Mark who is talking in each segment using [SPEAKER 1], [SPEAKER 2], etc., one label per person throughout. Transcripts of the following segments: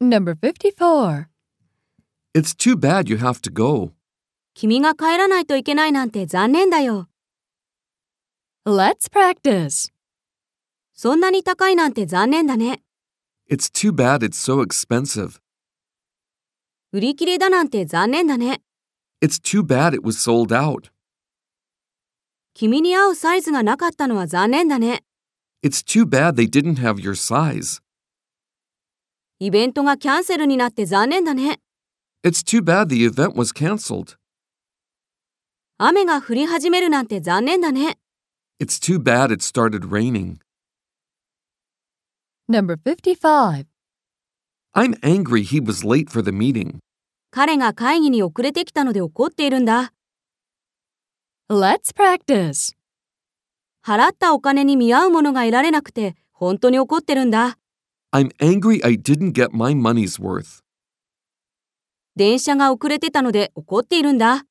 [SPEAKER 1] Number 54.
[SPEAKER 2] It's too bad you have to go.
[SPEAKER 3] 君が帰らないといけないなんて残念だよ。
[SPEAKER 1] Let's practice.
[SPEAKER 3] そんなに高いなんて残念だね。
[SPEAKER 2] It's too bad it's so expensive.
[SPEAKER 3] 売り切れだなんて残念だね。
[SPEAKER 2] It's too bad it was sold out.
[SPEAKER 3] 君に合うサイズがなかったのは残念だね。
[SPEAKER 2] It's too bad they didn't have your size.
[SPEAKER 3] イベントがキャンセルになって残念だね。
[SPEAKER 2] It's too bad the event was cancelled.
[SPEAKER 3] 雨が降り始めるなんて残念だね。
[SPEAKER 2] It's too bad it started raining.
[SPEAKER 1] Number 55.
[SPEAKER 2] I'm angry he was late for the meeting.
[SPEAKER 3] 彼が会議に遅れてきたので怒っているんだ。
[SPEAKER 1] Let's practice.
[SPEAKER 3] 払ったお金に見合うものが得られなくて、本当に怒ってるんだ。
[SPEAKER 2] I'm angry I didn't get my money's worth.
[SPEAKER 3] 電車が遅れてたので怒っているんだ。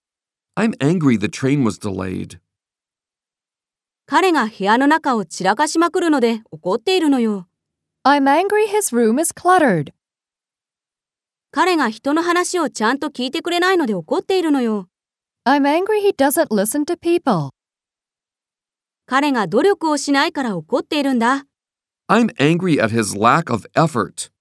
[SPEAKER 2] I'm angry the train was delayed.
[SPEAKER 3] 彼が部屋の中を散らかしまくるので怒っているのよ。
[SPEAKER 1] I'm angry his room is cluttered.
[SPEAKER 3] 彼が人の話をちゃんと聞いてくれないので怒っているのよ。
[SPEAKER 1] I'm angry he doesn't listen to people.
[SPEAKER 3] 彼が努力をしないから怒っているんだ。
[SPEAKER 2] I'm angry at his lack of effort.